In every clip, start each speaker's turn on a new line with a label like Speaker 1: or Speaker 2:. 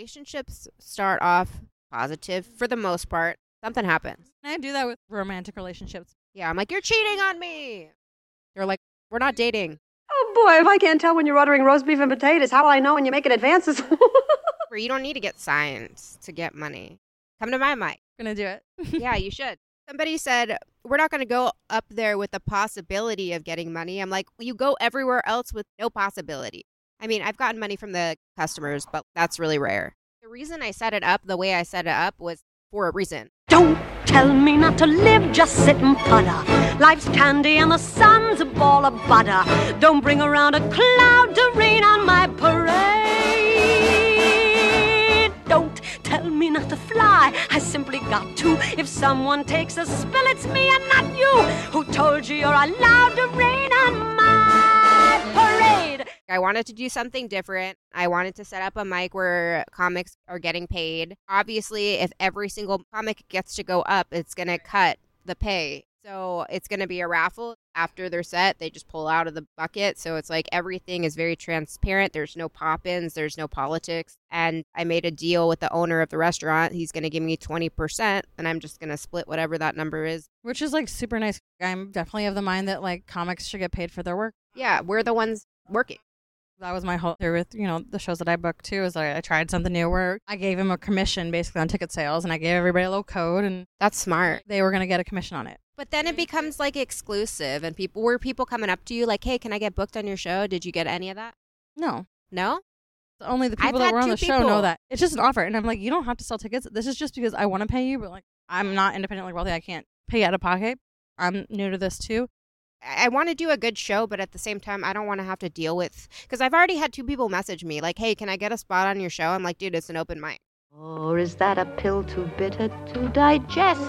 Speaker 1: relationships start off positive for the most part. Something happens.
Speaker 2: And I do that with romantic relationships.
Speaker 1: Yeah, I'm like, you're cheating on me. They're like, we're not dating.
Speaker 3: Oh boy, if I can't tell when you're ordering roast beef and potatoes, how will I know when you're making advances?
Speaker 1: Or you don't need to get science to get money. Come to my mic.
Speaker 2: Gonna do it.
Speaker 1: yeah, you should. Somebody said, We're not going to go up there with the possibility of getting money. I'm like, well, You go everywhere else with no possibility. I mean, I've gotten money from the customers, but that's really rare. The reason I set it up the way I set it up was for a reason.
Speaker 4: Don't tell me not to live, just sit and putter. Life's candy and the sun's a ball of butter. Don't bring around a cloud to rain on my parade. Don't tell me not to fly, I simply got to. If someone takes a spill, it's me and not you. Who told you you're allowed to rain on my parade?
Speaker 1: I wanted to do something different. I wanted to set up a mic where comics are getting paid. Obviously, if every single comic gets to go up, it's going to cut the pay. So it's going to be a raffle. After their set, they just pull out of the bucket. So it's like everything is very transparent. There's no pop ins, there's no politics. And I made a deal with the owner of the restaurant. He's going to give me 20%, and I'm just going to split whatever that number is.
Speaker 2: Which is like super nice. I'm definitely of the mind that like comics should get paid for their work.
Speaker 1: Yeah, we're the ones working.
Speaker 2: That was my whole theory with, you know, the shows that I booked too, is like I tried something new where I gave him a commission basically on ticket sales and I gave everybody a little code and
Speaker 1: That's smart.
Speaker 2: they were gonna get a commission on it.
Speaker 1: But then it becomes like exclusive, and people were people coming up to you like, "Hey, can I get booked on your show?" Did you get any of that?
Speaker 2: No.
Speaker 1: No.
Speaker 2: Only the
Speaker 1: I've
Speaker 2: people that
Speaker 1: had
Speaker 2: were on
Speaker 1: two
Speaker 2: the show
Speaker 1: people-
Speaker 2: know that. It's just an offer. And I'm like, you don't have to sell tickets. This is just because I want to pay you, but like I'm not independently wealthy. I can't pay out of pocket. I'm new to this too.
Speaker 1: I, I want to do a good show, but at the same time, I don't want to have to deal with because I've already had two people message me like, "Hey, can I get a spot on your show?" I'm like, "Dude, it's an open mic."
Speaker 4: Or is that a pill too bitter to digest?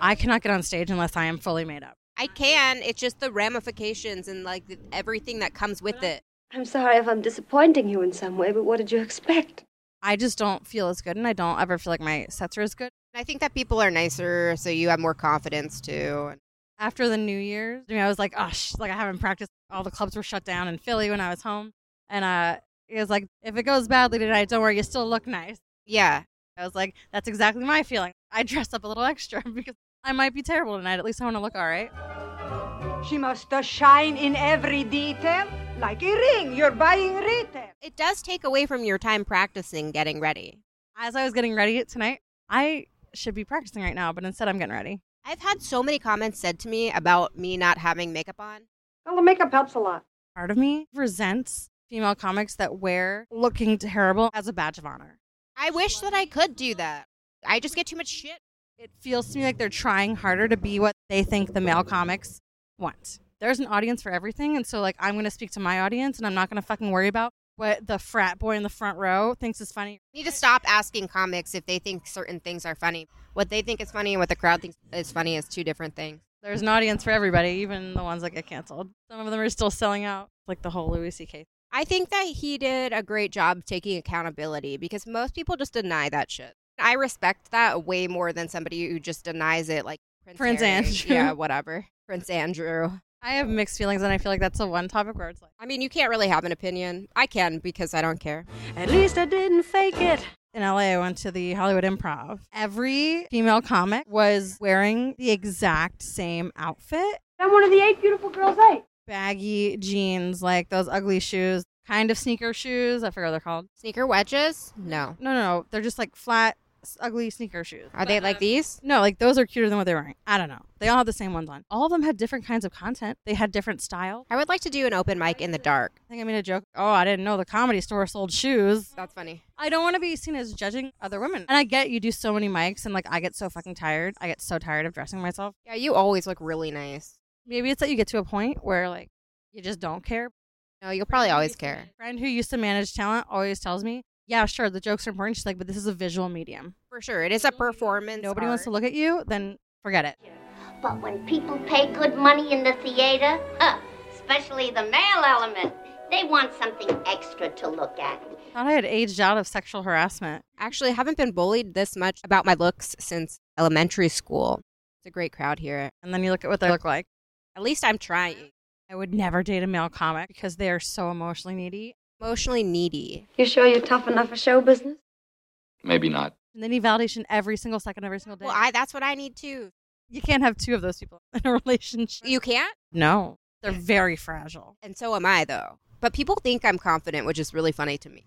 Speaker 2: I cannot get on stage unless I am fully made up.
Speaker 1: I can. It's just the ramifications and like the, everything that comes with it.
Speaker 3: I'm sorry if I'm disappointing you in some way, but what did you expect?
Speaker 2: I just don't feel as good and I don't ever feel like my sets are as good.
Speaker 1: And I think that people are nicer, so you have more confidence too.
Speaker 2: After the New Year's, you know, I was like, oh, sh-, like I haven't practiced. All the clubs were shut down in Philly when I was home. And uh, it was like, if it goes badly tonight, don't worry, you still look nice.
Speaker 1: Yeah,
Speaker 2: I was like, that's exactly my feeling. I dressed up a little extra because I might be terrible tonight. At least I want to look all right.
Speaker 5: She must
Speaker 3: uh,
Speaker 5: shine in every detail like a ring you're buying retail.
Speaker 1: it does take away from your time practicing getting ready.
Speaker 2: As I was getting ready tonight, I should be practicing right now, but instead I'm getting ready.
Speaker 1: I've had so many comments said to me about me not having makeup on.
Speaker 3: Well, the makeup helps a lot.
Speaker 2: Part of me resents female comics that wear looking terrible as a badge of honor.
Speaker 1: I wish that I could do that. I just get too much shit.
Speaker 2: It feels to me like they're trying harder to be what they think the male comics want. There's an audience for everything, and so like I'm going to speak to my audience, and I'm not going to fucking worry about what the frat boy in the front row thinks is funny.
Speaker 1: You need to stop asking comics if they think certain things are funny. What they think is funny and what the crowd thinks is funny is two different things.
Speaker 2: There's an audience for everybody, even the ones that get canceled. Some of them are still selling out, like the whole Louis C.K.
Speaker 1: I think that he did a great job taking accountability because most people just deny that shit. I respect that way more than somebody who just denies it, like Prince,
Speaker 2: Prince
Speaker 1: Harry.
Speaker 2: Andrew.
Speaker 1: Yeah, whatever. Prince Andrew.
Speaker 2: I have mixed feelings, and I feel like that's the one topic where it's like,
Speaker 1: I mean, you can't really have an opinion. I can because I don't care.
Speaker 4: At least I didn't fake it.
Speaker 2: in LA, I went to the Hollywood Improv. Every female comic was wearing the exact same outfit
Speaker 3: I'm one of the eight beautiful girls, eh? eight.
Speaker 2: baggy jeans, like those ugly shoes, kind of sneaker shoes. I forget what they're called.
Speaker 1: Sneaker wedges? No.
Speaker 2: No, no, no. They're just like flat, s- ugly sneaker shoes.
Speaker 1: Are they
Speaker 2: um,
Speaker 1: like these?
Speaker 2: No, like those are cuter than what they're wearing. I don't know. They all have the same ones on. All of them had different kinds of content, they had different styles.
Speaker 1: I would like to do an open mic in the dark.
Speaker 2: I think I made a joke. Oh, I didn't know the comedy store sold shoes.
Speaker 1: That's funny.
Speaker 2: I don't want to be seen as judging other women. And I get you do so many mics and like I get so fucking tired. I get so tired of dressing myself.
Speaker 1: Yeah, you always look really nice.
Speaker 2: Maybe it's that you get to a point where like you just don't care.
Speaker 1: No, you'll probably always care.
Speaker 2: friend who used to manage talent always tells me, yeah, sure, the jokes are important. She's like, but this is a visual medium.
Speaker 1: For sure. It is a performance.
Speaker 2: Nobody wants to
Speaker 1: art.
Speaker 2: look at you, then forget it.
Speaker 6: But when people pay good money in the theater, huh, especially the male element, they want something extra to look at.
Speaker 2: Thought I had aged out of sexual harassment.
Speaker 1: Actually, I haven't been bullied this much about my looks since elementary school. It's a great crowd here.
Speaker 2: And then you look at what they look like.
Speaker 1: At least I'm trying.
Speaker 2: I would never date a male comic because they are so emotionally needy.
Speaker 1: emotionally needy.
Speaker 3: You sure you're tough enough for show business?
Speaker 7: Maybe not.
Speaker 2: And they need validation every single second, every single day.
Speaker 1: Well, I that's what I need too.
Speaker 2: you can't have two of those people in a relationship.
Speaker 1: You can't,
Speaker 2: No, they're very fragile.
Speaker 1: and so am I though. But people think I'm confident, which is really funny to me.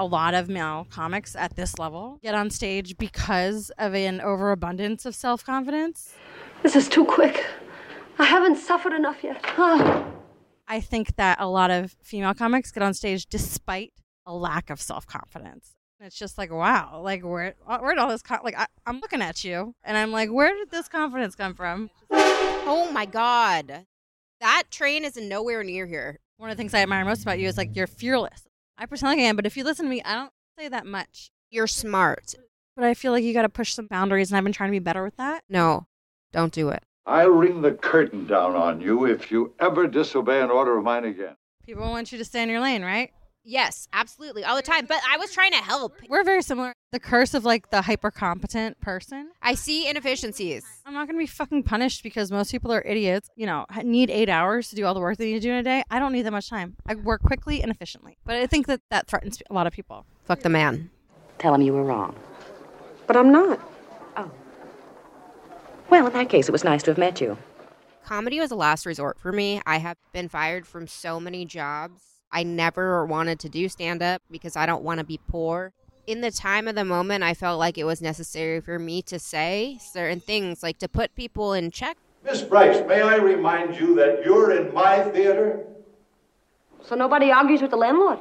Speaker 2: A lot of male comics at this level get on stage because of an overabundance of self confidence.
Speaker 3: This is too quick. I haven't suffered enough yet. Oh.
Speaker 2: I think that a lot of female comics get on stage despite a lack of self confidence. It's just like, wow, like where where did all this co- like I, I'm looking at you and I'm like, where did this confidence come from?
Speaker 1: Oh my god, that train is nowhere near here.
Speaker 2: One of the things I admire most about you is like you're fearless. I pretend like I am, but if you listen to me, I don't say that much.
Speaker 1: You're smart.
Speaker 2: But I feel like you got to push some boundaries, and I've been trying to be better with that.
Speaker 1: No, don't do it.
Speaker 8: I'll ring the curtain down on you if you ever disobey an order of mine again.
Speaker 2: People want you to stay in your lane, right?
Speaker 1: Yes, absolutely, all the time. But I was trying to help.
Speaker 2: We're very similar. The curse of like the hyper competent person.
Speaker 1: I see inefficiencies.
Speaker 2: I'm not going to be fucking punished because most people are idiots. You know, ha- need eight hours to do all the work they need to do in a day. I don't need that much time. I work quickly and efficiently. But I think that that threatens a lot of people.
Speaker 1: Fuck the man.
Speaker 9: Tell him you were wrong.
Speaker 3: But I'm not.
Speaker 9: Well, in that case, it was nice to have met you.
Speaker 1: Comedy was a last resort for me. I have been fired from so many jobs. I never wanted to do stand up because I don't want to be poor. In the time of the moment, I felt like it was necessary for me to say certain things, like to put people in check.
Speaker 8: Miss Bryce, may I remind you that you're in my theater?
Speaker 3: So nobody argues with the landlord.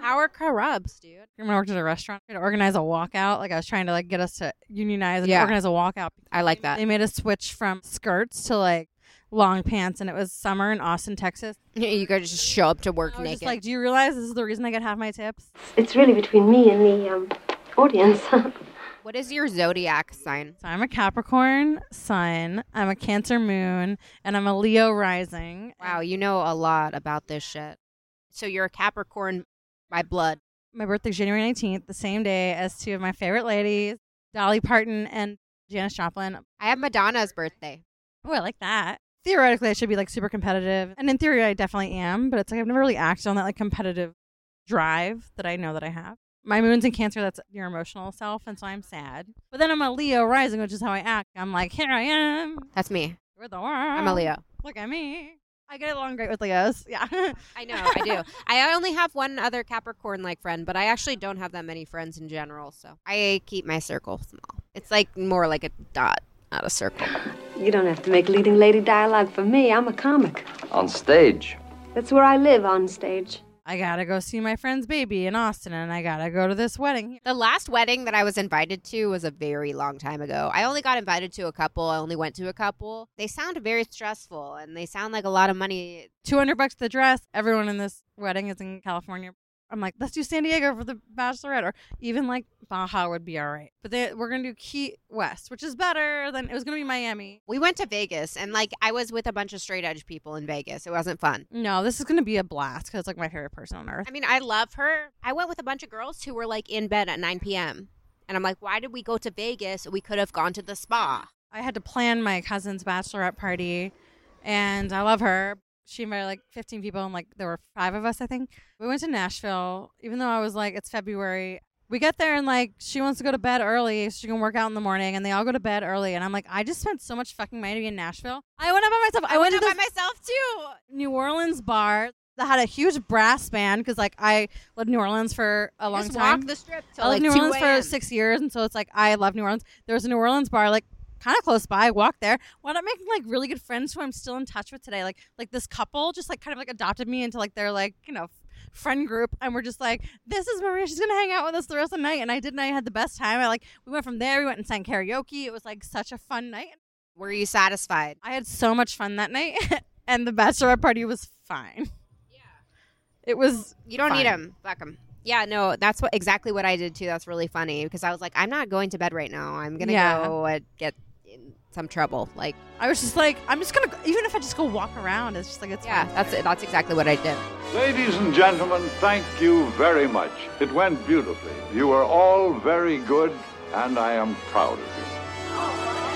Speaker 1: Power corrupts, dude.
Speaker 2: When I worked at a restaurant, I had to organize a walkout. Like I was trying to like get us to unionize and
Speaker 1: Yeah.
Speaker 2: organize a walkout.
Speaker 1: I like
Speaker 2: They
Speaker 1: that.
Speaker 2: made us switch from skirts to like long pants, and it was summer in Austin, Texas.
Speaker 1: You guys just show up to work
Speaker 2: I was
Speaker 1: naked.
Speaker 2: just like, do you realize this is the reason I get half my tips?
Speaker 3: It's really between me and the um, audience.
Speaker 1: what is your zodiac sign?
Speaker 2: So I'm a Capricorn sun, I'm a Cancer moon, and I'm a Leo rising.
Speaker 1: Wow, you know a lot about this shit. So you're a Capricorn by blood.
Speaker 2: my birthday's January 19th, the same day as two of my favorite ladies, Dolly Parton and Janis Joplin.
Speaker 1: I have Madonna's birthday.
Speaker 2: Oh, I like that. Theoretically, I should be like super competitive. And in theory, I definitely am, but it's like I've never really acted on that like competitive drive that I know that I have. My moon's in Cancer, that's your emotional self, and so I'm sad. But then I'm a Leo rising, which is how I act. I'm like, here I am.
Speaker 1: That's me.
Speaker 2: We're the world.
Speaker 1: I'm a Leo.
Speaker 2: Look at me. I get along great with Leos. Yeah.
Speaker 1: I know, I do. I only have one other Capricorn like friend, but I actually don't have that many friends in general, so I keep my circle small. It's like more like a dot, not a circle.
Speaker 3: you don't have to make leading lady dialogue for me. I'm a comic.
Speaker 7: On stage.
Speaker 3: That's where I live on stage.
Speaker 2: I gotta go see my friend's baby in Austin, and I gotta go to this wedding.
Speaker 1: The last wedding that I was invited to was a very long time ago. I only got invited to a couple, I only went to a couple. They sound very stressful and they sound like a lot of money.
Speaker 2: 200 bucks the dress. Everyone in this wedding is in California. I'm like, let's do San Diego for the bachelorette, or even like Baja would be all right. But they, we're going to do Key West, which is better than it was going to be Miami.
Speaker 1: We went to Vegas and like I was with a bunch of straight edge people in Vegas. It wasn't fun.
Speaker 2: No, this is going to be a blast because it's like my favorite person on earth.
Speaker 1: I mean, I love her. I went with a bunch of girls who were like in bed at 9 p.m. And I'm like, why did we go to Vegas? We could have gone to the spa.
Speaker 2: I had to plan my cousin's bachelorette party, and I love her. She invited like 15 people, and like there were five of us, I think. We went to Nashville, even though I was like, it's February. We get there, and like she wants to go to bed early so she can work out in the morning, and they all go to bed early. And I'm like, I just spent so much fucking money to be in Nashville. I went up by myself. I, went, to
Speaker 1: by
Speaker 2: this
Speaker 1: myself too.
Speaker 2: New Orleans bar that had a huge brass band because like I lived in New Orleans for a long
Speaker 1: Just
Speaker 2: time.
Speaker 1: walk the strip till
Speaker 2: I lived
Speaker 1: like
Speaker 2: in New
Speaker 1: 2
Speaker 2: Orleans for
Speaker 1: a.m..
Speaker 2: six years, and so it's like I love New Orleans. There was a New Orleans bar like kind of close by. I walked there. Wound up making like really good friends who I'm still in touch with today. Like like this couple just like kind of like adopted me into like their like you know friend group, and we're just like this is Maria. She's gonna hang out with us the rest of the night, and I did, and I had the best time. I like we went from there. We went and sang karaoke. It was like such a fun night.
Speaker 1: Were you satisfied?
Speaker 2: I had so much fun that night, and the bachelorette party was fine. It was.
Speaker 1: You don't need
Speaker 2: fun.
Speaker 1: them. Fuck them. Yeah, no, that's what exactly what I did too. That's really funny because I was like, I'm not going to bed right now. I'm gonna
Speaker 2: Yeah.
Speaker 1: go and get in some trouble. Like,
Speaker 2: I was just like, I'm just gonna even if I just go walk around. It's just like it's
Speaker 1: yeah,
Speaker 2: fine.
Speaker 1: that's that's exactly what I did.
Speaker 8: Ladies and gentlemen, thank you very much. It went beautifully. You were all very good, and I am proud of you.